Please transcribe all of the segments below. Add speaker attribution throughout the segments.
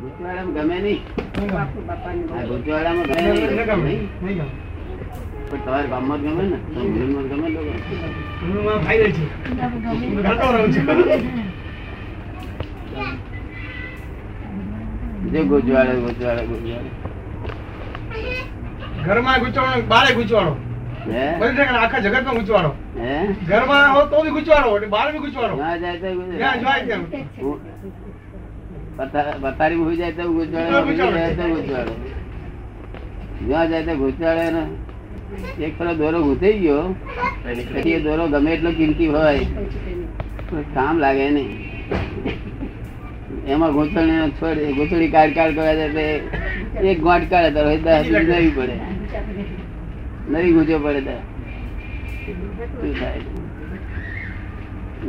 Speaker 1: ભૂતવાળામાં ગમે નહીં આ ભૂતવાળામાં ગમે
Speaker 2: એટલે ગમે
Speaker 1: નહીં
Speaker 2: નહીં ગમે
Speaker 1: પણ તમારે ગામમાં જ ગમે ને સમજણમાં જ ગમે લોકો
Speaker 2: એમાં ફાયદો છે હું ગાતો રહું છું
Speaker 1: જે ગોજવાળે ગોજવાળે ગોજવાળે
Speaker 2: ઘરમાં ગુચવાડો બારે ગુચવાડો
Speaker 1: હે
Speaker 2: બધી જગ્યાએ આખા જગતમાં ગુચવાડો
Speaker 1: હે
Speaker 2: ઘરમાં હો તો બી ગુચવાડો એટલે બહાર બી ગુચવાડો
Speaker 1: ના જાય તો
Speaker 2: જ્યાં
Speaker 1: ગુજરાત
Speaker 2: જોઈ ત્યાં
Speaker 1: પથારી માં જાય તો
Speaker 2: તો
Speaker 1: ગુજરાત
Speaker 2: ગુજરાત.
Speaker 1: જાય તો ગુજરાત જ્યાં જાય તો ગુજરાત ને એક ફરો દોરો ઘૂંટાઈ ગયો પછી એ દોરો ગમે એટલો કિંમતી હોય પણ કામ લાગે નહીં એમાં ગૂંચળણી છોડ ગૂંચળી કાઢ કાઢ કરવા જાય તો એક ગોટ કાઢે તો રોજ દસ સુધી નવી પડે નવી ગૂંચો પડે તો શું થાય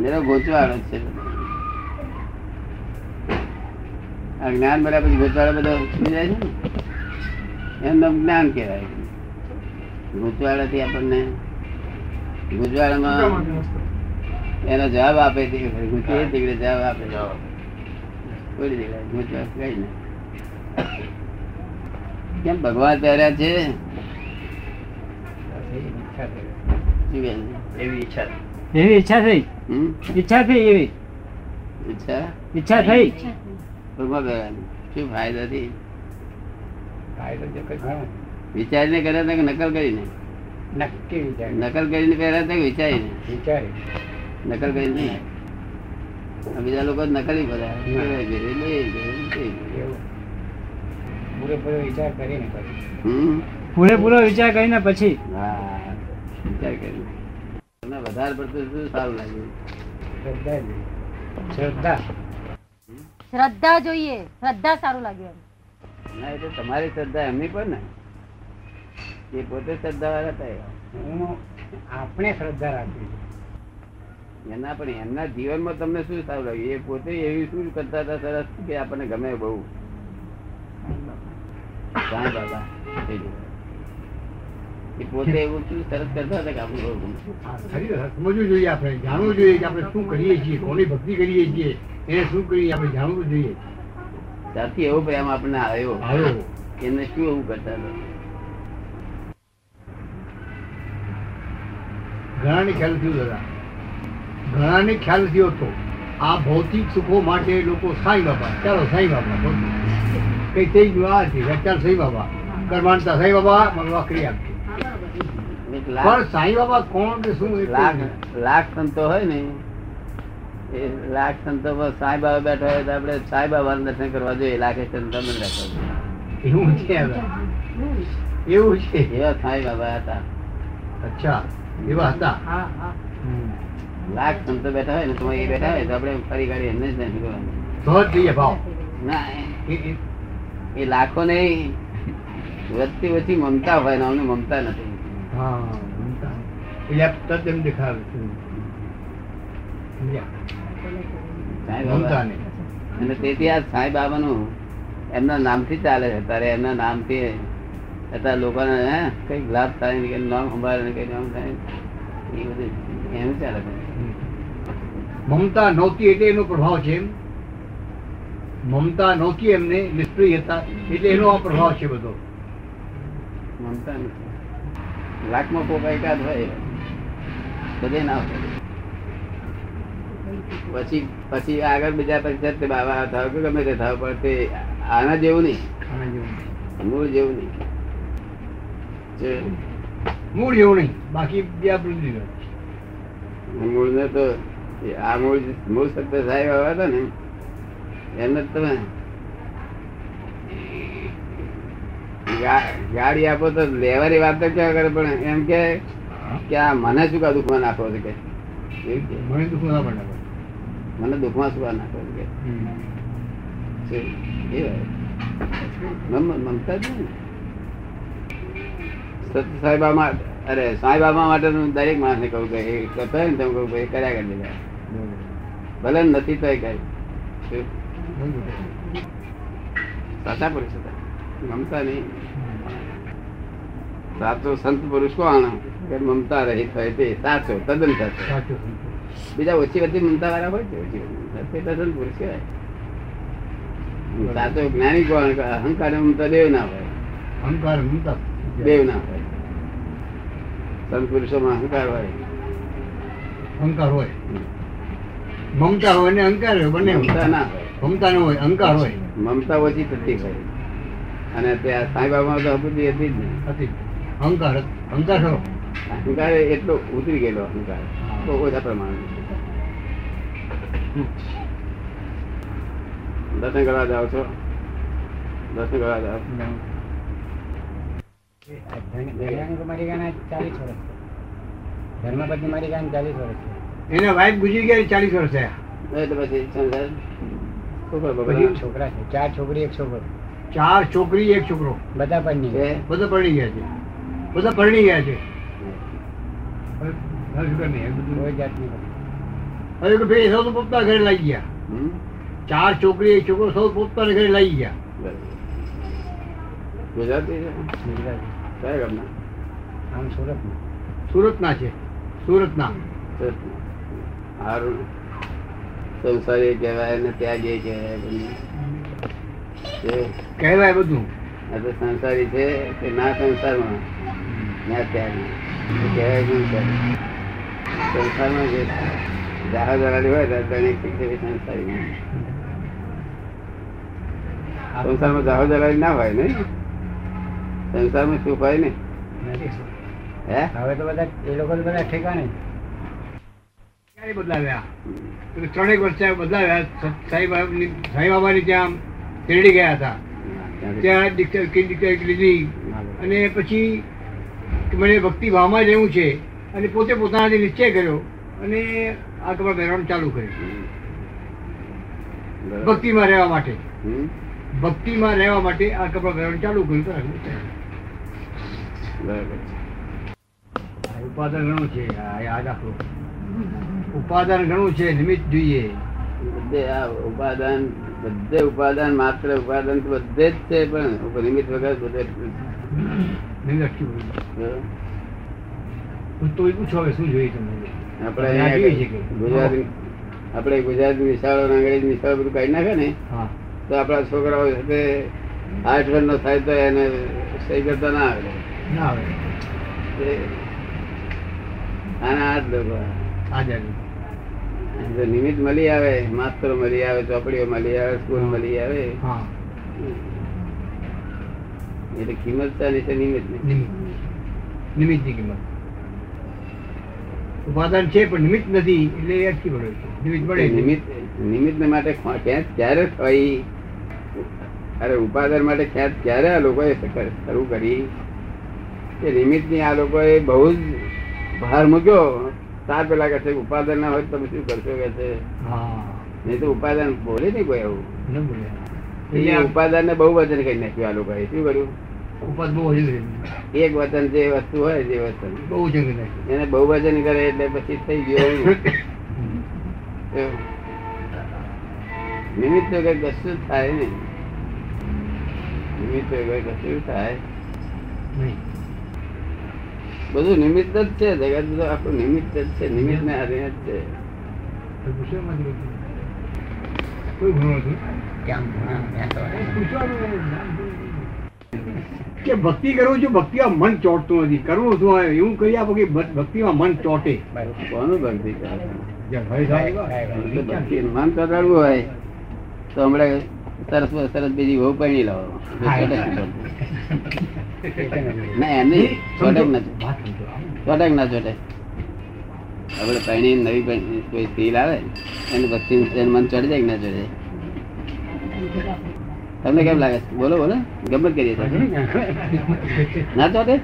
Speaker 1: મેરો ગોચવાળો જ છે આ જ્ઞાન મળ્યા પછી ગોચવાળો બધો ઉઠી જાય છે ને એમનું જ્ઞાન કહેવાય ગોચવાળાથી આપણને
Speaker 2: ગુચવા
Speaker 1: ગુજરાતમાં
Speaker 2: માટે વસ્તુ.
Speaker 1: એનો જવાબ આપે છે ગુચી એ દીકરે જવાબ આપે છે કોઈ દીકરા ગુજરાત કઈ નહીં કેમ ભગવાન પહેર્યા છે શું કહે છે?
Speaker 3: એવી ઈચ્છા
Speaker 4: એવી ઈચ્છા થઈ
Speaker 1: હમ?
Speaker 4: ઈચ્છા થઈ એવી
Speaker 1: ઈચ્છા
Speaker 4: ઈચ્છા થઈ
Speaker 1: ભગવાન પહેરવાની શું ફાયદો થી
Speaker 3: હા.
Speaker 1: વિચારીને કર્યા હતા કે નકલ કરીને
Speaker 3: નક્કી વિચાર
Speaker 1: નકલ કરીને પહેર્યા હતા કે વિચારીને
Speaker 3: વિચારી
Speaker 1: નકલ કરીને નહીં આ બીજા લોકો નકલી બધા એ કર્યું, એ કર્યું, એ કર્યું.
Speaker 3: એવું પૂરેપૂરો વિચાર કરીને કર્યું.
Speaker 1: હમ?
Speaker 4: પૂરેપૂરો વિચાર કરીને પછી
Speaker 1: હા વિચાર કરીને તમને વધારે પડતું શું સારું લાગ્યું
Speaker 3: શ્રદ્ધા જોઈએ. શ્રદ્ધા
Speaker 5: શ્રદ્ધા જોઈએ શ્રદ્ધા સારું લાગ્યું એમ.
Speaker 1: ના એટલે તમારી શ્રદ્ધા એમની પણ ને એ પોતે શ્રદ્ધા વાળા હતા એવા.
Speaker 3: હું આપણે શ્રદ્ધા રાખવી જોઈએ.
Speaker 1: એના પણ એમના જીવનમાં તમને શું સારું લાગ્યું એ પોતે એવી શું કરતા હતા સરસ કે આપણને ગમે બહુ સાંઈ બાબા એ જુઓ. એ પોતે એવું શું સરસ કરતા હતા કે આપણને બહુ ગમે
Speaker 2: આ શરીર સમજવું જોઈએ આપણે જાણવું જોઈએ કે આપણે શું કરીએ છીએ કોની ભક્તિ કરીએ છીએ એને શું કરીએ આપણે જાણવું જોઈએ
Speaker 1: ત્યાંથી એવો પ્રેમ આપણને આવ્યો
Speaker 2: આવ્યો
Speaker 1: એને શું એવું કરતા હતા
Speaker 2: ઘણાને ખ્યાલ થયો દાદા ઘણાને ખ્યાલ થયો હતો આ ભૌતિક સુખો માટે લોકો સાંઈ બાબા ચાલો સાંઈ બાબા બોલો. કઈ થઈ ગયું આ છે ચાલો સાંઈ બાબા કરમાનતા સાંઈ બાબા મળવા કરી આપશે
Speaker 1: એક લાખ
Speaker 2: પણ સાંઈ બાબા કોણ કે શું એ કોઈ
Speaker 1: લાખ
Speaker 2: નહીં.
Speaker 1: લાખ સંતો હોય ને એ લાખ સંતો પર સાંઈ બાબા બેઠા હોય તો આપણે સાંઈ બાબાના દર્શન કરવા જોઈએ લાખે સંતો ને રાખવા જોઈએ.
Speaker 2: એવું છે દાદા. એવું છે
Speaker 1: એવા સાંઈ બાબા હતા
Speaker 2: અચ્છા એવા હતા હમ.
Speaker 1: લાખ સંતો બેઠા હોય ને તો એ બેઠા હોય તો આપણે ફરી ઘડી એમને જ દર્શન કરવાનું.
Speaker 2: તો જ જઈએ ભાવ
Speaker 1: ના એ-
Speaker 2: એ- એ-
Speaker 1: એ લાખો નહીં વધતી ઓછી મમતા હોય ને અમને મમતા નથી
Speaker 2: હા મમતા. એટલે આ તદ્દન દેખાવે છે સમજ્યા?
Speaker 1: સાંઈ બાબા
Speaker 2: મમતા નહીં.
Speaker 1: અને તેથી આ સાંઈ બાબાનું એમના નામથી ચાલે છે તારે એમના નામથી અત્યારે લોકોને હે કંઈક લાભ થાય ને કંઈક નામ સંભાળે ને કંઈક નામ થાય ને. એ બધું એનું ચાલે છે.
Speaker 2: મમતા નહોતી એટલે એનો પ્રભાવ છે એમ મમતા નહોતી એમને નિષ્પ્રિય હતા એટલે એનો આ પ્રભાવ છે બધો
Speaker 1: મમતા નથી લાખમાં કોક એકાદ હોય બધે ના હોય પછી પછી આગળ બીજા પછી તે બાબા થાવ કે ગમે તે થાવ પણ તે આના જેવું નહીં
Speaker 2: આના જેવું.
Speaker 1: મૂળ જેવું નહીં જે
Speaker 2: મૂળ જેવું નહીં બાકી બે આપણું જ રહ્યું.
Speaker 1: મૂળને તો એ આ મૂળ મૂળ શબ્દ સાહેબ આવ્યા હતા ને એમને તો તમે ગા- ગાડી આપો તો લેવાની વાત તો ક્યાં કરે પણ એમ કે કે આ મને શું કા દુખમાં નાખો છો કે એવું કે.
Speaker 2: મને દુઃખ ના પડે
Speaker 1: મને દુખમાં શું કા નાખો છો કે શું? એ વાત. મમ- મમતા જ ને સત સાહેબામાં અરે સાહેબામાં માટેનું દરેક માણસને કહું કે એ કરતા હોય ને તમે કહું કે એ કર્યા કરી દેતા ભલે ને નથી તોય કઈ શું? સાચા પુરુષ હતા મમતા નહીં સાચો સંત પુરુષ કોણ કે મમતા રહિત હોય તે સાચો તદ્દન સાચો
Speaker 2: સાચું
Speaker 1: બીજા ઓછી વચ્ચે મમતા વાળા હોય છે ઓછી વચ્ચે મમતા તે તદ્દન પુરુષ કહેવાય સાચો જ્ઞાની કોણ અહંકાર એમ તો દેવ ના હોય
Speaker 2: અહંકાર મુક્ત
Speaker 1: દેવ ના હોય સંત પુરુષોમાં અહંકાર હોય
Speaker 2: અહંકાર હોય મમતા હોય ને અહંકાર હોય બંને
Speaker 1: મમતા ના હોય
Speaker 2: મમતા ન હોય અહંકાર હોય
Speaker 1: મમતા ઓછી થતી હોય અને ત્યાં સાંઈબાબામાં તો હતી હતી જ નહીં
Speaker 2: હતી અહંકાર જ. અહંકાર ખરો.
Speaker 1: અહંકાર એટલો ઉતરી ગયેલો અહંકાર તો ઓછા પ્રમાણમાં દર્શન કરવા જાઓ છો દર્શન કરવા જાઓ
Speaker 3: ધર્મ મારી ગાના ચાલીસ વર્ષ ધર્મપતિ મારી ગાને ચાલીસ વર્ષ છે.
Speaker 2: એને વાઈફ ગુજરી ગયા ચાલીસ વર્ષ થયા
Speaker 1: એટલે પછી સંસાર ખોખો બગડ્યો.
Speaker 3: બધી છોકરા છે ચાર છોકરી એક છોકરો
Speaker 2: ચાર છોકરી એક છોકરો
Speaker 3: બધા પણ
Speaker 1: છે?
Speaker 3: નહીં
Speaker 2: બધા પરણી ગયા છે બધા પરણી ગયા છે હવે હવે શું કરીએ? હવે બધું-
Speaker 3: કોઈ જાતની
Speaker 2: હવે તો ભાઈ સૌ તો પોતાના ઘરે લાગી ગયા
Speaker 1: હમ?
Speaker 2: ચાર છોકરી એક છોકરો સૌ પોતાના ઘરે લાગી ગયા
Speaker 1: બરાબર. ગુજરાતી છે?
Speaker 3: ગુજરાતી.
Speaker 1: કયા ગામના?
Speaker 3: આમ સુરતમાં
Speaker 2: સુરતના છે સુરતના
Speaker 1: સુરતના. હારું. સંસારી કહેવાય ને ત્યાગી કહેવાય બંને. છે?
Speaker 2: કહેવાય બધું
Speaker 1: આ તો સંસારી છે કે ના સંસારમાં ના ત્યાગી. એ કહેવાય શું છે? સંસારમાં જે જહાજ વાળી હોય રાજધાની સંસારી સંસારી. સંસારમાં જહાજ વાળી ના હોય ને સંસારમાં સુખ હોય ને
Speaker 3: નથી
Speaker 1: હે
Speaker 3: હવે તો બધા એ લોકો તો બધા ઠેકાણે જ.
Speaker 2: ક્યારે બદલાવ્યા એટલે ત્રણેક વર્ષ થયા બદલાવ્યા સ- સાંઈ બાબાની સાંઈ બાબાની ત્યાં શેરડી ગયા હતા ત્યાં દીક્ષા કે દીક્ષા લીધી અને પછી મને ભક્તિ ભાવમાં જ રહેવું છે અને પોતે પોતાનાથી નિશ્ચય કર્યો અને આ તમારે પહેરવાનું ચાલુ કર્યું
Speaker 1: બરાબર.
Speaker 2: ભક્તિમાં રહેવા માટે
Speaker 1: હમ?
Speaker 2: ભક્તિમાં રહેવા માટે આ કપડાં પહેરવાનું ચાલુ કર્યું બરાબર.
Speaker 1: બરાબર.
Speaker 2: આ ઉપાદાન ઘણું છે આ યાદ રાખો ઉપાદાન ઘણું છે નિમિત્ત જોઈએ
Speaker 1: બધે આ ઉપાદાન બધે ઉપાદાન માત્ર ઉપાદાન તો બધે જ છે પણ ઉપનિમિત વગર બધે જ
Speaker 2: નિમિત્ત આટલું બધું.
Speaker 1: છે.
Speaker 2: હું તો એ પૂછો હવે શું જોઈએ તમને
Speaker 1: આપણે
Speaker 2: ના જોઈએ છે
Speaker 1: અહીંયા
Speaker 2: કે?
Speaker 1: ગુજરાતી આપણે ગુજરાતી વિશાળો અંગ્રેજી વિશાળો બધું કાઢી નાખે ને
Speaker 2: હા
Speaker 1: તો આપણા છોકરાઓ સાથે આઠ વર્ષનો થાય તો એને સહી કરતા ના આવડે
Speaker 2: ના આવે
Speaker 1: એ આના હાથ લોકો
Speaker 2: આ જાય
Speaker 1: જો નિમિત્ત મળી આવે માસ્તરો મળી આવે ચોપડીઓ મળી આવે સ્કૂલ મળી આવે
Speaker 2: હા
Speaker 1: એટલે કિંમત તો આની છે નિમિત્તની.
Speaker 2: નિમિત્ત નિમિત્તની કિંમત ઉપાદાન છે પણ નિમિત્ત નથી એટલે અટકી પડે છે નિમિત્ત મળે
Speaker 1: નિમિત્ત
Speaker 2: છે.
Speaker 1: નિમિત્તને માટે ખ્વા- ખેંચ ક્યારે થઈ અરે ઉપાદાન માટે ખેંચ ક્યારે આ લોકોએ કર- શરૂ કરી કે નિમિત્તની આ લોકોએ બહુ જ ભાર મૂક્યો તાર પેલા કહે છે કે ઉપાદાન ના હોય તો તમે શું કરશો કે છે
Speaker 2: હા
Speaker 1: નહીં તો ઉપાદાન બોલે નહીં કોઈ એવું
Speaker 2: ન બોલે
Speaker 1: એટલે
Speaker 2: એટલે
Speaker 1: ઉપાદાન ને બહુ વચન કરી નાખ્યું આ લોકોએ શું કર્યું
Speaker 2: ઉપાદ બહુ વધી ગઈ.
Speaker 1: એક વચન જે વસ્તુ હોય જે વચન
Speaker 2: બહુ જંગ થાય
Speaker 1: એને બહુવચન કરે એટલે પછી થઈ ગયો એવું. નિમિત્ત વગર કશું જ થાય નહીં નિમિત્ત વગર કશું થાય
Speaker 2: નહીં
Speaker 1: બધું નિમિત્ત જ છે જગત બધું આખું નિમિત્ત જ છે નિમિત્ત ને આધીન જ છે
Speaker 2: કોઈ પૂછવામાંથી નથી. કોઈ ગુનો નથી
Speaker 3: કેમ હા, ત્યાં તો હોય.
Speaker 2: કે ભક્તિ કરું છું ભક્તિમાં મન ચોટતું નથી કરવું શું હોય એવું કહી આપો કે ભ- ભક્તિમાં મન ચોટે
Speaker 3: બરોબર.
Speaker 1: કોનું ભક્તિ કરે?
Speaker 3: સાહેબ,
Speaker 1: તો ભક્તિ મન ચડાડવું હોય તો હમણાં સરસ સરસ બીજી વહુ પરણી લાવો
Speaker 2: હા, એ
Speaker 3: એ પણ નથી.
Speaker 1: ના એમ નહીં છોટક નથી ચોટક ના ચોટક આપણે પરણી નવી પરણી કોઈ સ્ત્રી લાવે એને ભક્તિ એનું મન ચડી જાય કે ના ચડી જાય? તમને કેમ લાગે છે બોલો બોલો ગમત કરીએ છીએ. ના ચોટે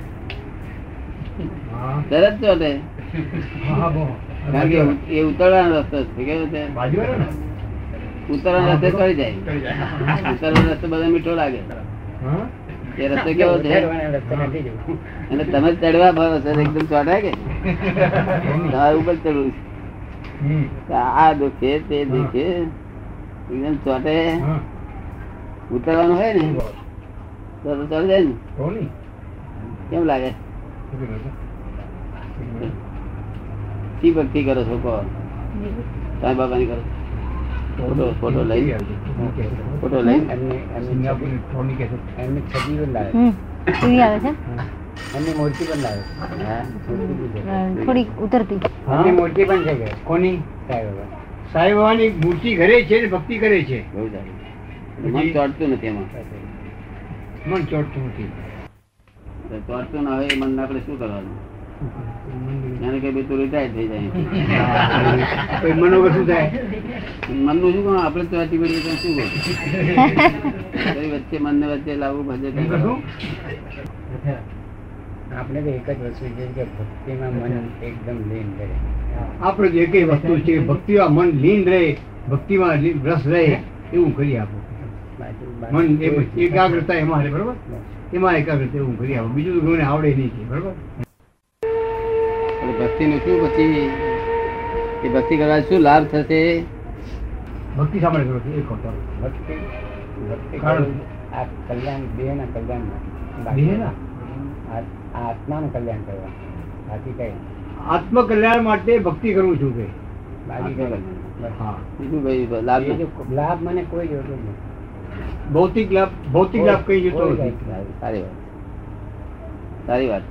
Speaker 2: હા.
Speaker 1: તરત ચોટે
Speaker 2: હા, બહુ.
Speaker 1: કારણ કે એ ઉતરવાનો રસ્તો છે કેવો છે
Speaker 2: બાજુવાળાને?
Speaker 1: ઉતરવાનો રસ્તે ચડી જાય
Speaker 2: ચડી જાય.
Speaker 1: ઉતરવાનો રસ્તો બધા મીઠો લાગે
Speaker 2: હા?
Speaker 1: એ રસ્તો કેવો છે
Speaker 3: ઉતારવાના રસ્તે નથી જવું.
Speaker 1: અને તમે ચડવા ભાવો છો તો એકદમ ચોટાય કે તમારે ઉપર ચડવું છે.
Speaker 2: હમ.
Speaker 1: તો આ દુખે તે દુખે એકદમ ચોટે
Speaker 2: હા.
Speaker 1: ઉતરવાનું હોય ને તો તો ચડી જાય ને
Speaker 2: કોની?
Speaker 1: કેમ લાગે શી ભક્તિ કરો છો કહો સાંઈ બાબાની કરો છો? ફોટો ફોટો લઈ ફોટો લઈ
Speaker 3: એમની એમની
Speaker 2: સિંગાપુરની ટોની કેસેટ
Speaker 3: એમની છબી પણ લાવે
Speaker 5: હમ એવી આવે છે
Speaker 3: એમની મૂર્તિ પણ લાવે મૂર્તિ બી છે.
Speaker 5: અ, થોડીક ઉતરતી
Speaker 2: હા?
Speaker 3: એમની મૂર્તિ પણ છે ઘરે.
Speaker 2: કોની
Speaker 3: સાંઈ બાબા.
Speaker 2: સાંઈ બાબાની મૂર્તિ ઘરે છે ને ભક્તિ કરે છે
Speaker 1: બહુ સારું મન ચોટતું નથી એમાં
Speaker 2: મન ચોટતું નથી
Speaker 1: તો ચોટતું ના હોય એ મન આપણે શું કરવાનું એને કે ભાઈ તું રિટાયર થઈ જાય
Speaker 2: પછી મનો કશું થાય
Speaker 1: મનનું શું કહો આપણે તો આટલી બધી રીતે શું કહો વચ્ચે મનને વચ્ચે લાવવું
Speaker 2: એ
Speaker 1: ભજે
Speaker 2: કશું
Speaker 3: આપણે તો એક જ વસ્તુ છે કે ભક્તિમાં મન એકદમ લીન કરે
Speaker 2: આપણે તો એકેય વસ્તુ છે કે ભક્તિમાં મન લીન રહે ભક્તિમાં લી- રસ રહે એવું કરી આપો
Speaker 3: બાકી- બાકી
Speaker 2: મન એમ-
Speaker 3: કોઈ-
Speaker 2: એકાગ્રતા એમાં રહે, બરોબર એમાં એકાગ્રતા એવું કરી આપો બીજું તો કોઈને આવડે નહીં છે બરોબર
Speaker 1: ભક્તિ નું શું પછી એ ભક્તિ કરવા શું લાભ થશે
Speaker 2: ભક્તિ સાંભળે કરો એક વખત.
Speaker 3: ભક્તિ ભક્તિ
Speaker 2: કારણ-
Speaker 3: કરવી આ કલ્યાણ દેહના કલ્યાણ માટે.
Speaker 2: દેહના?
Speaker 3: આ- આ આત્માનું કલ્યાણ કરવા બાકી કઈ નહીં.
Speaker 2: આત્મકલ્યાણ માટે ભક્તિ કરું છું કે
Speaker 3: બાકી કઈ નહીં. બસ.
Speaker 2: હા
Speaker 1: બીજું કઈ લાભ
Speaker 3: બીજો કોઈ- લાભ મને કોઈ જોતો જ નથી
Speaker 2: ભૌતિક લાભ ભૌતિક લાભ કઈ જતો
Speaker 3: કોઈ
Speaker 2: નથી
Speaker 1: સારી સારી વાત સારી વાત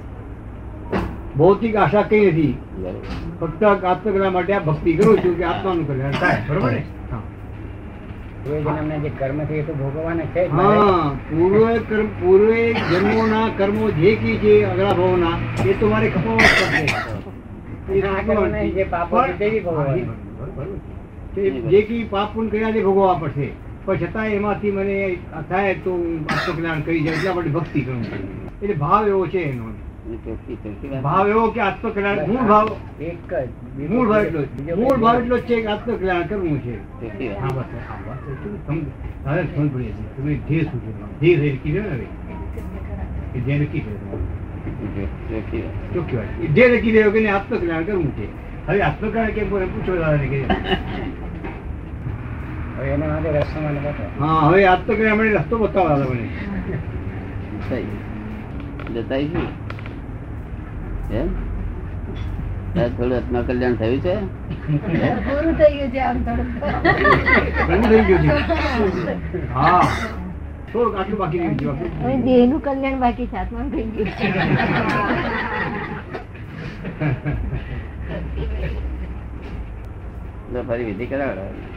Speaker 2: ભૌતિક આશા કઈ નથી
Speaker 1: બરોબર.
Speaker 2: ફક્ત આત્મકલ્યાણ માટે આ ભક્તિ કરું છું કે આત્માનું કલ્યાણ થાય બરોબર ને હા.
Speaker 3: કોઈ જન્મના જે કર્મ છે એ તો ભોગવવાના છે જ મારે.
Speaker 2: હા પૂર્વે કર્મ પૂર્વે જન્મોના કર્મો જે કી છે અગલા ભાવના એ તો મારે ખપાવવા જ પડશે. એ
Speaker 3: ના
Speaker 2: ખપાવવા
Speaker 3: કર્મને
Speaker 2: જ
Speaker 3: જે પાપો
Speaker 2: પડશે.
Speaker 3: છે તે બી ભોગવવાના.
Speaker 2: હા, બરોબર, બરોબર. તે જે કી પાપ પુણ્ય કર્યા તે ભોગવવા પડશે પણ છતાં એમાંથી મને આ થાય તો હું આત્મકલ્યાણ કરી જાય એટલા માટે ભક્તિ કરું છું. એટલે ભાવ એવો છે એનો
Speaker 1: એ ચોખ્ખી ચોખ્ખી વાત.
Speaker 2: ભાવ એવો કે આત્મકલ્યાણ મૂળ ભાવ
Speaker 3: એક જ બીજો
Speaker 2: મૂળ ભાવ એટલો
Speaker 3: કોઈ-
Speaker 2: જ છે.
Speaker 3: બીજો
Speaker 2: મૂળ
Speaker 3: કોઈ-
Speaker 2: ભાવ એટલો જ છે કે આત્મકલ્યાણ કરવું છે
Speaker 1: ચોખ્ખી
Speaker 2: હા,
Speaker 1: વાત.
Speaker 2: બસ, હા, બસ. તમે- તારે જ ખબર પડી જશે. તમે ધ્યેય શું છે? ધ્યેય રહી કીધું ને હવે. એ ધ્યેય નક્કી કર્યું.
Speaker 1: જો- ચોખ્ખી વાત.
Speaker 2: ચોખ્ખી વાત. એ ધ્યેય નક્કી કર્યું કે નહીં, આત્મકલ્યાણ કરવું છે. હવે આત્મકલ્યાણ કેમ કરે? પૂછો દાદાને કે.
Speaker 3: હવે એના માટે રસ્તો મને બતાવો.
Speaker 2: હા, હવે આત્મકલ્યાણ માટે રસ્તો બતાવો દાદા મને.
Speaker 1: જતાઈ. જતાઈ શું? એમ? તારે થોડું આત્મા કલ્યાણ થયું છે
Speaker 5: પૂરું થઈ ગયું છે આમ થોડું
Speaker 2: ઘણું થઈ ગયું છે. હા. થોડુંક આટલું બાકી રહી ગયું છે.
Speaker 5: હવે દેહનું કલ્યાણ બાકી છે આત્માનું થઈ ગયું છે
Speaker 1: તો ફરી વિધિ કરાવડાવો.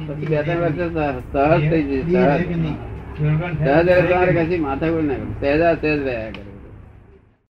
Speaker 1: પછી બે ત્રણ વર્ષે સહજ થઈ જશે સહજ સહજ એટલે તમારે કશી માથાકૂટ ના કરો સહેજા સહેજ રહ્યા કરે